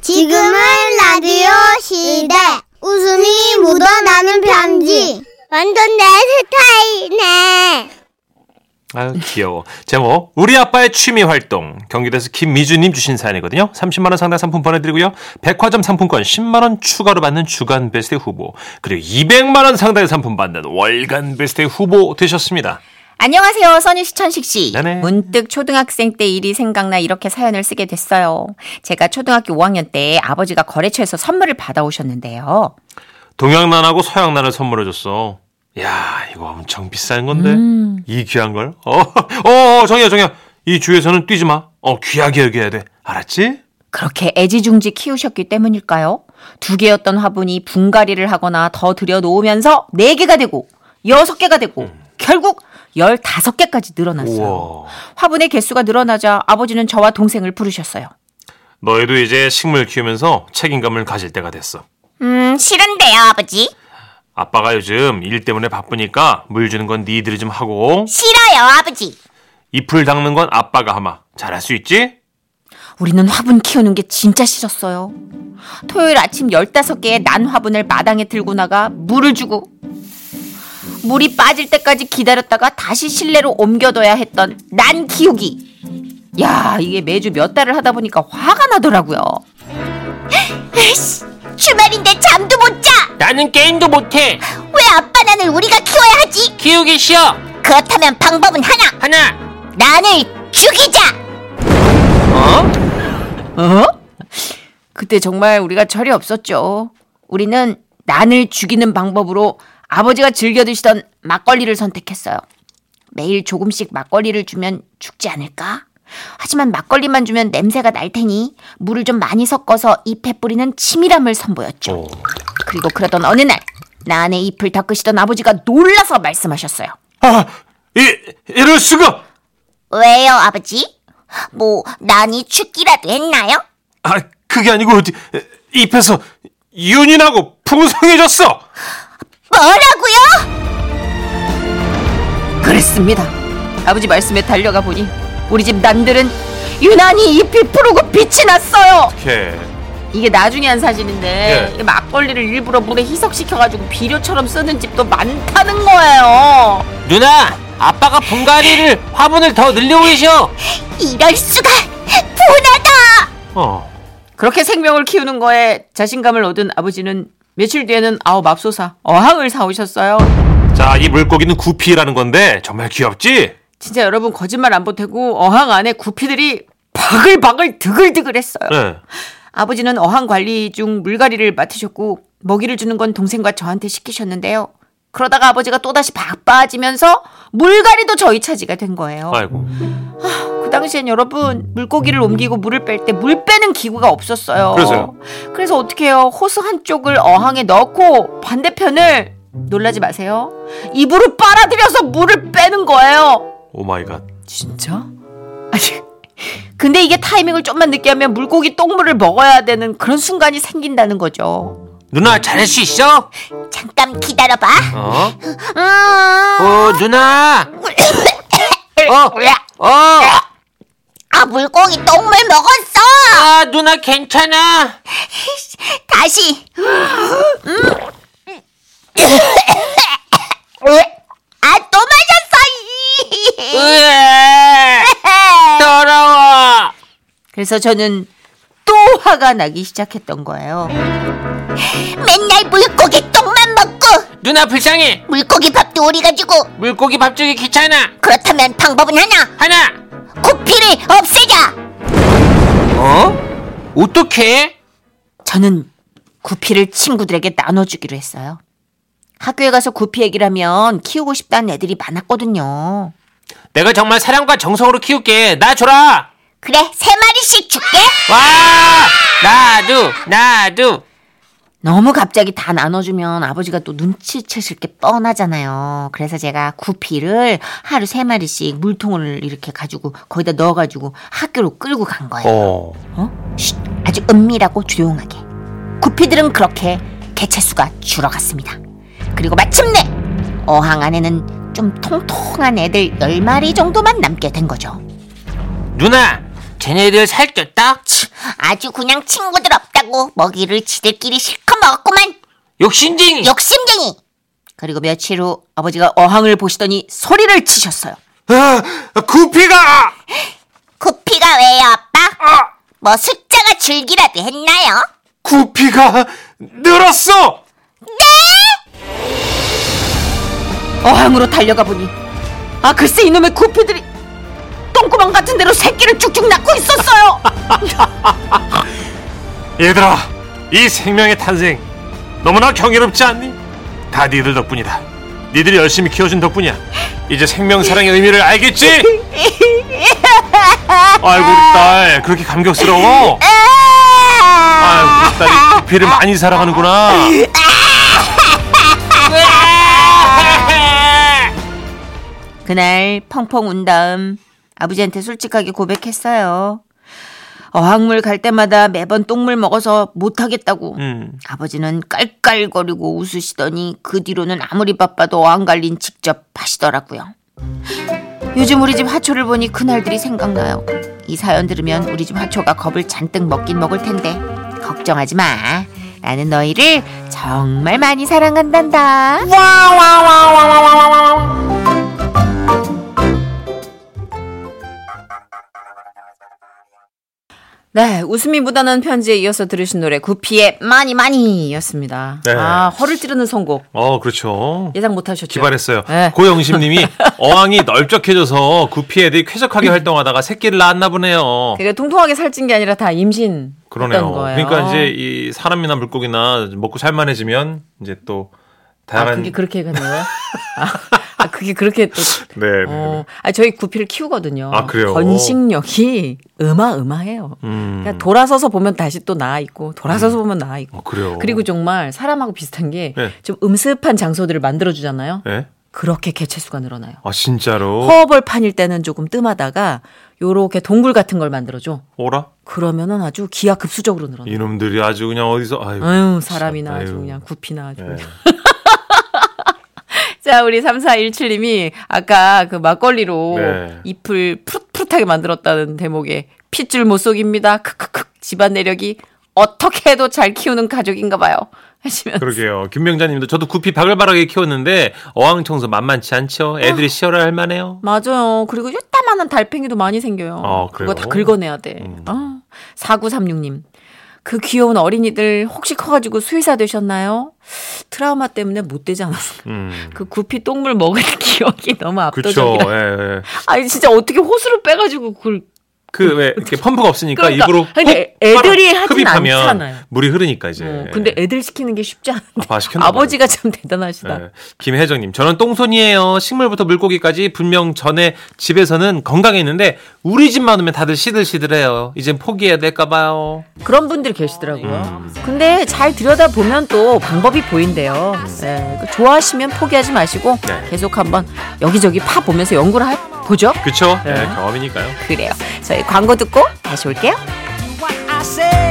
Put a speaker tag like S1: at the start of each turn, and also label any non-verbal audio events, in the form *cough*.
S1: 지금은 라디오 시대. 웃음이 묻어나는 편지. 완전 내 스타일이네.
S2: 아유 귀여워. 제목 우리 아빠의 취미 활동. 경기도에서 김미주님 주신 사연이거든요. 30만 원 상당 상품 보내드리고요. 백화점 상품권 10만 원 추가로 받는 주간 베스트 후보 그리고 200만 원 상당의 상품 받는 월간 베스트 후보 되셨습니다.
S3: 안녕하세요, 선희 시천식 씨.
S2: 네네.
S3: 문득 초등학생 때 일이 생각나 이렇게 사연을 쓰게 됐어요. 제가 초등학교 5학년 때 아버지가 거래처에서 선물을 받아오셨는데요.
S2: 동양난하고 서양난을 선물해 줬어. 야 이거 엄청 비싼 건데 이 귀한 걸. 어, *laughs* 어, 어 정이야 정이야 이 주에서는 뛰지 마. 어 귀하게 여겨야 돼. 알았지?
S3: 그렇게 애지중지 키우셨기 때문일까요? 두 개였던 화분이 분갈이를 하거나 더 들여놓으면서 네 개가 되고 여섯 개가 되고 결국 열다섯 개까지 늘어났어요.
S2: 음. 우와.
S3: 화분의 개수가 늘어나자 아버지는 저와 동생을 부르셨어요.
S2: 너희도 이제 식물 키우면서 책임감을 가질 때가 됐어.
S3: 음, 싫은데요, 아버지.
S2: 아빠가 요즘 일 때문에 바쁘니까 물 주는 건 니들이 좀 하고
S3: 싫어요, 아버지.
S2: 잎을 닦는 건 아빠가 하마. 잘할 수 있지?
S3: 우리는 화분 키우는 게 진짜 싫었어요. 토요일 아침 15개의 난 화분을 마당에 들고 나가 물을 주고 물이 빠질 때까지 기다렸다가 다시 실내로 옮겨둬야 했던 난 키우기. 야, 이게 매주 몇 달을 하다 보니까 화가 나더라고요.
S1: 주말인데 잠도 못 자.
S4: 나는 게임도 못해
S1: 왜 아빠 나는 우리가 키워야 하지? *coughs*
S4: 키우기 싫어
S1: 그렇다면 방법은 하나.
S4: 하나
S1: 나를 죽이자.
S3: 어? 그때 정말 우리가 철이 없었죠. 우리는 난을 죽이는 방법으로 아버지가 즐겨 드시던 막걸리를 선택했어요. 매일 조금씩 막걸리를 주면 죽지 않을까? 하지만 막걸리만 주면 냄새가 날 테니 물을 좀 많이 섞어서 잎에 뿌리는 치밀함을 선보였죠.
S2: 어.
S3: 그리고 그러던 어느 날 난의 잎을 닦으시던 아버지가 놀라서 말씀하셨어요.
S2: 아, 이, 이럴 수가!
S1: 왜요, 아버지? 뭐, 난이 춥기라도 했나요?
S2: 아, 그게 아니고 잎에서 윤이 나고 풍성해졌어!
S1: 뭐라고요?
S3: 그랬습니다. 아버지 말씀에 달려가 보니 우리 집 남들은 유난히 잎이 푸르고 빛이 났어요.
S2: 이렇게
S3: 이게 나중에 한 사진인데
S2: 예.
S3: 이 막걸리를 일부러 물에 희석시켜가지고 비료처럼 쓰는 집도 많다는 거예요.
S4: 누나 아빠가 분갈이를 화분을 더 늘리고 계셔
S1: 이럴 수가! 분하다!
S2: 어,
S3: 그렇게 생명을 키우는 거에 자신감을 얻은 아버지는 며칠 뒤에는 아우 맙소사 어항을 사오셨어요.
S2: 자, 이 물고기는 구피라는 건데 정말 귀엽지?
S3: 진짜 여러분 거짓말 안 보태고 어항 안에 구피들이 바글바글 드글드글했어요.
S2: 네.
S3: 아버지는 어항 관리 중 물갈이를 맡으셨고 먹이를 주는 건 동생과 저한테 시키셨는데요. 그러다가 아버지가 또다시 바빠지면서 물갈이도 저희 차지가 된 거예요.
S2: 아이고.
S3: 그 당시엔 여러분 물고기를 옮기고 물을 뺄 때 물 빼는 기구가 없었어요.
S2: 그래서요?
S3: 그래서 어떻게 해요? 호수 한쪽을 어항에 넣고 반대편을 놀라지 마세요. 입으로 빨아들여서 물을 빼는 거예요.
S2: 오 마이 갓.
S3: 진짜? 아니 *laughs* 근데 이게 타이밍을 좀만 늦게 하면 물고기 똥물을 먹어야 되는 그런 순간이 생긴다는 거죠.
S4: 누나 잘할 수 있어
S1: 잠깐 기다려봐.
S2: 어?
S1: 음,
S4: 어 누나 어 어 아
S1: 아, 물고기 똥물 먹었어!
S4: 아, 누나 괜찮아
S1: 다시! *coughs* 음. 아, 또 마셨어!
S4: 으에 더러워
S3: 그래서 저는 또 화가 나기 시작했던 거예요.
S1: *coughs* 맨날 물고기 똥만 먹고,
S4: 누나 불쌍해
S1: 물고기 밥도 오리가지고,
S4: 물고기 밥 주기 귀찮아
S1: 그렇다면 방법은 하나!
S4: 하나
S1: 코피를 없애자!
S4: 어 어떻게
S3: 저는 구피를 친구들에게 나눠주기로 했어요. 학교에 가서 구피 얘기를 하면 키우고 싶다는 애들이 많았거든요.
S4: 내가 정말 사랑과 정성으로 키울게 나 줘라
S1: 그래, 세 마리씩 줄게!
S4: 와 나도 나도
S3: 너무 갑자기 다 나눠주면 아버지가 또 눈치채실 게 뻔하잖아요. 그래서 제가 구피를 하루 세 마리씩 물통을 이렇게 가지고 거기다 넣어가지고 학교로 끌고 간 거예요.
S2: 어.
S3: 쉿, 아주 은밀하고 조용하게. 구피들은 그렇게 개체수가 줄어갔습니다. 그리고 마침내 어항 안에는 좀 통통한 애들 10마리 정도만 남게 된 거죠.
S4: 누나 쟤네들 살쪘다
S3: 치,
S1: 아주 그냥 친구들 없다고 먹이를 지들끼리 실컷 먹었구만.
S5: 욕심쟁이.
S1: 욕심쟁이.
S6: 그리고 며칠 후 아버지가 어항을 보시더니 소리를 치셨어요.
S2: 아, 구피가
S1: 구피가 왜요, 아빠? 뭐 숫자가 줄기라도 했나요?
S2: 구피가 늘었어.
S6: 어항으로 달려가 보니 아 글쎄 이놈의 구피들이 똥구멍 같은 데로 새끼를 쭉쭉 낳고 있었어요.
S2: 얘들아, 이 생명의 탄생 너무나 경이롭지 않니? 다 니들 덕분이다. 니들이 열심히 키워준 덕분이야. 이제 생명 사랑의 의미를 알겠지? 아이고 우리 딸 그렇게 감격스러워. 아이고 우리 딸이 구피를 많이 사랑하는구나.
S6: *laughs* 그날 펑펑 운 다음 아버지한테 솔직하게 고백했어요. 어항물 갈 때마다 매번 똥물 먹어서 못하겠다고.
S2: 음.
S6: 아버지는 깔깔거리고 웃으시더니 그 뒤로는 아무리 바빠도 어항 관리는 직접 하시더라고요. 요즘 우리 집 화초를 보니 그날들이 생각나요. 이 사연 들으면 우리 집 화초가 겁을 잔뜩 먹긴 먹을 텐데 걱정하지 마. 나는 너희를 정말 많이 사랑한단다. 네, 웃음이 묻어나는 편지에 이어서 들으신 노래 구피의 많이 많이였습니다.
S2: 네.
S6: 아, 허를 찌르는 선곡
S2: 어 그렇죠.
S6: 예상 못하셨죠?
S2: 기발했어요.
S6: 네.
S2: 고영심님이 어항이 넓적해져서 구피 애들이 쾌적하게 활동하다가 새끼를 낳았나 보네요.
S6: 그러니까 통통하게 살찐 게 아니라 다 임신.
S2: 그러네요.
S6: 했던 거예요.
S2: 그러니까 이제 이 사람이나 물고기나 먹고 살만해지면 이제 또
S6: 아,
S2: 다양한
S6: 그게 그렇게 가네요.
S2: *laughs*
S6: 아, 아, 그게 그렇게 또.
S2: 네. 네, 네.
S6: 어, 아, 저희 구피를 키우거든요.
S2: 아, 그래요?
S6: 번식력이 음아음아해요.
S2: 음.
S6: 그러니까 돌아서서 보면 다시 또 나아 있고 돌아서서 보면 나아 있고.
S2: 어, 그래요.
S6: 그리고 정말 사람하고 비슷한 게 좀
S2: 네.
S6: 음습한 장소들을 만들어 주잖아요.
S2: 예?
S6: 그렇게 개체 수가 늘어나요.
S2: 아 진짜로
S6: 허벌판일 때는 조금 뜸하다가 요렇게 동굴 같은 걸 만들어줘.
S2: 오라
S6: 그러면은 아주 기하급수적으로 늘어나. 요
S2: 이놈들이 아주 예, 그냥 어디서 아유,
S6: 아유 사람이나
S2: 참,
S6: 아주
S2: 그렇죠. 아유.
S6: 그냥 구피나 아주
S2: 예.
S6: 그냥. 자 우리 3417님이 아까 그 막걸리로
S2: 네.
S6: 잎을 푸릇푸릇하게 만들었다는 대목에 핏줄 못 속입니다. 크크크 집안 내력이 어떻게 해도 잘 키우는 가족인가 봐요. 하시면
S2: 그러게요. 김명자님도 저도 구피 바글바글하게 키웠는데 어항 청소 만만치
S6: 어.
S2: 않죠. 애들이 시열할 만해요.
S6: 맞아요. 그리고 요따만한 달팽이도 많이 생겨요.
S2: 아, 그래요?
S6: 그거
S2: 음.
S6: 다 긁어내야 돼. 아, 4936님. 그 귀여운 어린이들 혹시 커가지고 수의사 되셨나요? 트라우마 때문에 못 되지 않았어요.
S2: 음.
S6: 그 구피 똥물 먹은 *laughs* 기억이 너무
S2: 그렇죠.
S6: 압도적이라.
S2: 예, 예.
S6: 아니 진짜 어떻게 호수를 빼가지고 그걸
S2: 그 왜 이렇게 펌프가 없으니까
S6: 그러니까.
S2: 입으로
S6: 근데
S2: 훅 빨아-
S6: 애들이 하진
S2: 흡입하면
S6: 않잖아요.
S2: 물이 흐르니까 이제.
S6: 어, 근데 애들 시키는 게 쉽지 않은데
S2: 네.
S6: *laughs*
S2: 아, 시켰나 봐요.
S6: 아버지가 참 대단하시다.
S2: 네. 김혜정님, 저는 똥손이에요. 식물부터 물고기까지 분명 전에 집에서는 건강했는데 우리 집만 오면 다들 시들시들해요. 이젠 포기해야 될까봐요.
S6: 그런 분들 계시더라고요.
S2: 음.
S6: 근데 잘 들여다 보면 또 방법이 보인대요. 네, 그 좋아하시면 포기하지 마시고
S2: 네.
S6: 계속 한번 여기저기 파 보면서 연구를 해 보죠.
S2: 그쵸?
S6: 네.
S2: 네, 경험이니까요.
S6: 그래요. 저희 광고 듣고 다시 올게요.
S7: what I said.